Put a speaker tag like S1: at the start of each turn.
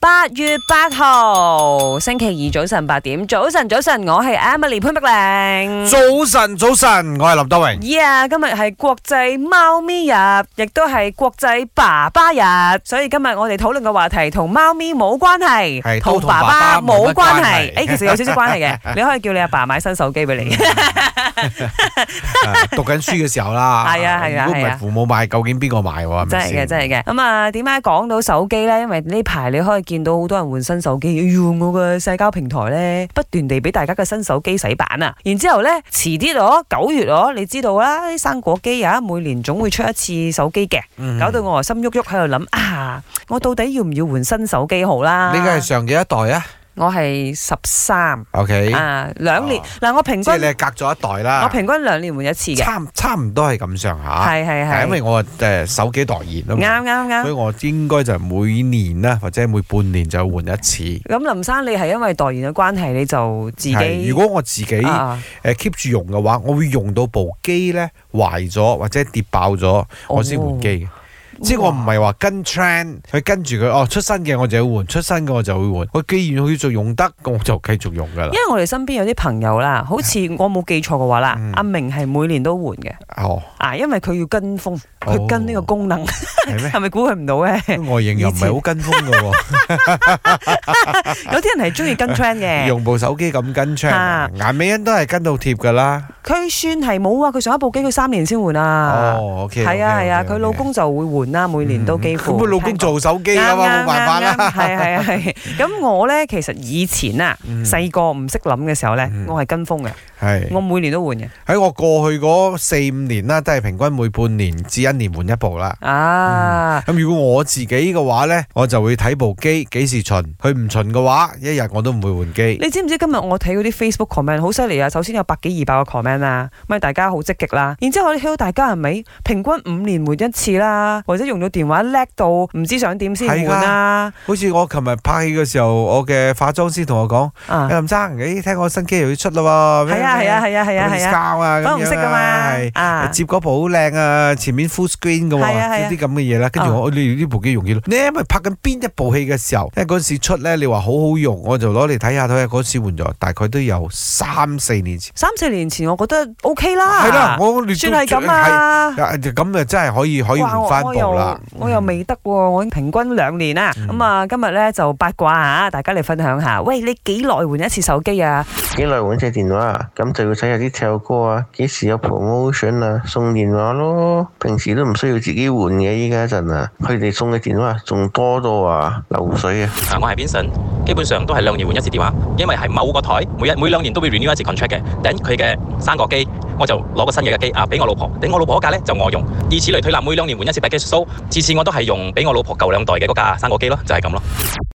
S1: 八月八號星期二早晨八點，早晨早晨，我係 Emily 潘碧玲。
S2: 早晨，早晨，我係林德榮。
S1: Yeah，今日係國際貓咪日，亦都係國際爸爸日，所以今日我哋討論嘅話題同貓咪冇關係，
S2: 係
S1: 同
S2: 都同爸
S1: 爸
S2: 爸
S1: 冇
S2: 冇乜
S1: 關
S2: 關
S1: 係。
S2: 係
S1: 誒，其實有少少關係 嘅，你可以叫你阿爸買新手機俾你。
S2: 啊讀緊書嘅時候啦，
S1: 係啊係啊
S2: 如果唔
S1: 係啊
S2: 係父母買，究竟邊個買喎？
S1: 真係嘅，真
S2: 係
S1: 係嘅。咁啊，點解講到手機呢？因為呢排你可以見到好多人換新手機，哎呦，我嘅社交平台呢，不斷地俾大家嘅新手機洗版啊。然之後呢，遲啲咯，九月咯，你知道啦，啲生果機啊，每年總會出一次手機嘅，
S2: 嘅
S1: 搞到我啊心喐喐喺度諗啊，我到底要唔要換新手機好啦？
S2: 呢個係上幾一代啊
S1: 我係十三
S2: ？OK，
S1: 啊，兩年
S2: 哦
S1: 嗱，我平
S2: 即
S1: 均
S2: 係你係隔咗一代啦。
S1: 我平均兩年換一次嘅，
S2: 差唔差唔多係咁上下，
S1: 係係
S2: 但係因為
S1: 係，
S2: 我誒手機代言啊嘛，
S1: 啱啱啱
S2: 所以。我應該就每年啦，或者每半年就換一次。
S1: 咁林生，你係因為代言嘅關係，你就自己
S2: 係如果我自己誒
S1: 啊
S2: keep 住用嘅話，我會用到部機咧壞咗或者跌爆咗，我先換機嘅。
S1: 哦
S2: 即係我唔係話跟 trend 去跟住佢，哦出新嘅我就要換，出新嘅我就會換。我既然佢仲用得，咁我就繼續用㗎啦
S1: 因。為我哋身邊有啲朋友啦，好似我冇記錯嘅話啦
S2: 嗯，
S1: 阿明係每年都換嘅，
S2: 哦，
S1: 啊，因為佢要跟風，
S2: 哦
S1: 佢跟呢個功能，
S2: 係咩？
S1: 係咪估佢唔到 咧？
S2: 外形又唔係好跟風㗎喎，
S1: 有啲 人係中意跟 trend 嘅，
S2: 用部手機咁跟
S1: 啊
S2: trend，顏美欣都係跟到貼㗎啦。
S1: 佢算係冇啊，佢上一部機佢三年先換啊，
S2: 哦，OK，
S1: 係啊
S2: OK，OK，
S1: 係啊，佢
S2: OK
S1: 老公就會換啦，每年都幾乎。
S2: 咁佢老公做手機啊嘛，冇辦法啦。
S1: 係係係。咁我咧其實以前啊，
S2: 嗯
S1: 細個唔識諗嘅時候咧，
S2: 嗯
S1: 我係跟風嘅，我
S2: 係
S1: 每年都換嘅。
S2: 喺我過去嗰四五年啦，都係平均每半年至一年換一部啦。
S1: 啊，
S2: 咁如果我自己嘅話呢，我就會睇部機幾時巡，佢唔巡嘅話，一日我都唔會換機。
S1: 你知唔知今日我睇嗰啲 Facebook comment 好犀利啊？首先有百幾二百個 comment 啦，咪大家好積極啦。然之後我哋睇到大家係咪平均五年換一次啦，或者用到電話叻到唔知想點先換啊啦。
S2: 好似我琴日拍戲嘅時候，我嘅化妝師同我講：，哎
S1: 啊，
S2: 林生，誒，聽講新機又要出啦喎。
S1: 係啊係啊係啊係啊係啊，
S2: 膠啊，
S1: 粉紅色噶
S2: 係
S1: 嘛，啊，
S2: 接嗰部好靚啊，前面 full screen 嘅喎，
S1: 係啊係啊哦
S2: 呢啲咁嘅嘢啦。跟住我你呢部機用幾耐？你係咪拍緊邊一部戲嘅時候？因為嗰陣時出咧，你話好好用，我就攞嚟睇下睇下。嗰陣時換咗，大概都有三四年前。
S1: 三四年前我覺得 OK 啦，
S2: 係啦，我你都
S1: 啊算係咁
S2: 係
S1: 啊。
S2: 啊就咁啊，真係可以可以
S1: 哇
S2: 換翻
S1: 我我又
S2: 部啦。嗯
S1: 我又未得喎，我平均兩年啊。咁啊，今日咧就八卦下，大家嚟分享下，喂，你幾耐換一次手機啊？
S3: 幾耐換隻電話啊？咁就要睇下啲唱歌啊，幾時有 promotion 啊，送電話咯。平時都唔需要自己換嘅，依家陣啊，佢哋送嘅電話仲多到啊流水啊！
S4: 啊，我係 Vincent，基本上都係兩年換一次電話，因為係某個台每日每兩年都會 renew 一次 contract 嘅。等佢嘅生果機，我就攞個新嘅機啊俾我老婆，等我老婆嗰架咧就我用，以此類推啦，每兩年換一次 package，so 次次我都係用俾我老婆舊兩代嘅嗰架生果機咯，就係咁咯。